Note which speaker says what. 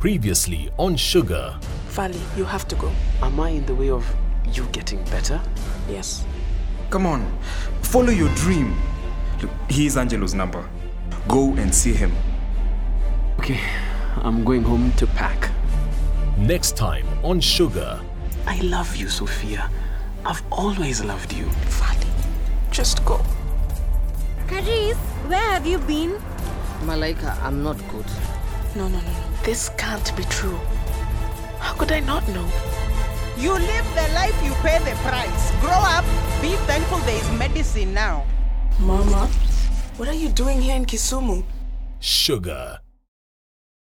Speaker 1: Previously on Sugar.
Speaker 2: Valley, you have to go.
Speaker 3: Am I in the way of you getting better?
Speaker 2: Yes.
Speaker 4: Come on, follow your dream. Look, here's Angelo's number. Go and see him.
Speaker 3: Okay, I'm going home to pack.
Speaker 1: Next time on Sugar.
Speaker 3: I love you, Sophia. I've always loved you.
Speaker 2: Valley, just go.
Speaker 5: Karis, where have you been?
Speaker 6: Malaika, I'm not good.
Speaker 2: No, no, no, no. This can't be true. How could I not know?
Speaker 7: You live the life, you pay the price. Grow up, be thankful there is medicine now.
Speaker 2: Mama, what are you doing here in Kisumu?
Speaker 1: Sugar.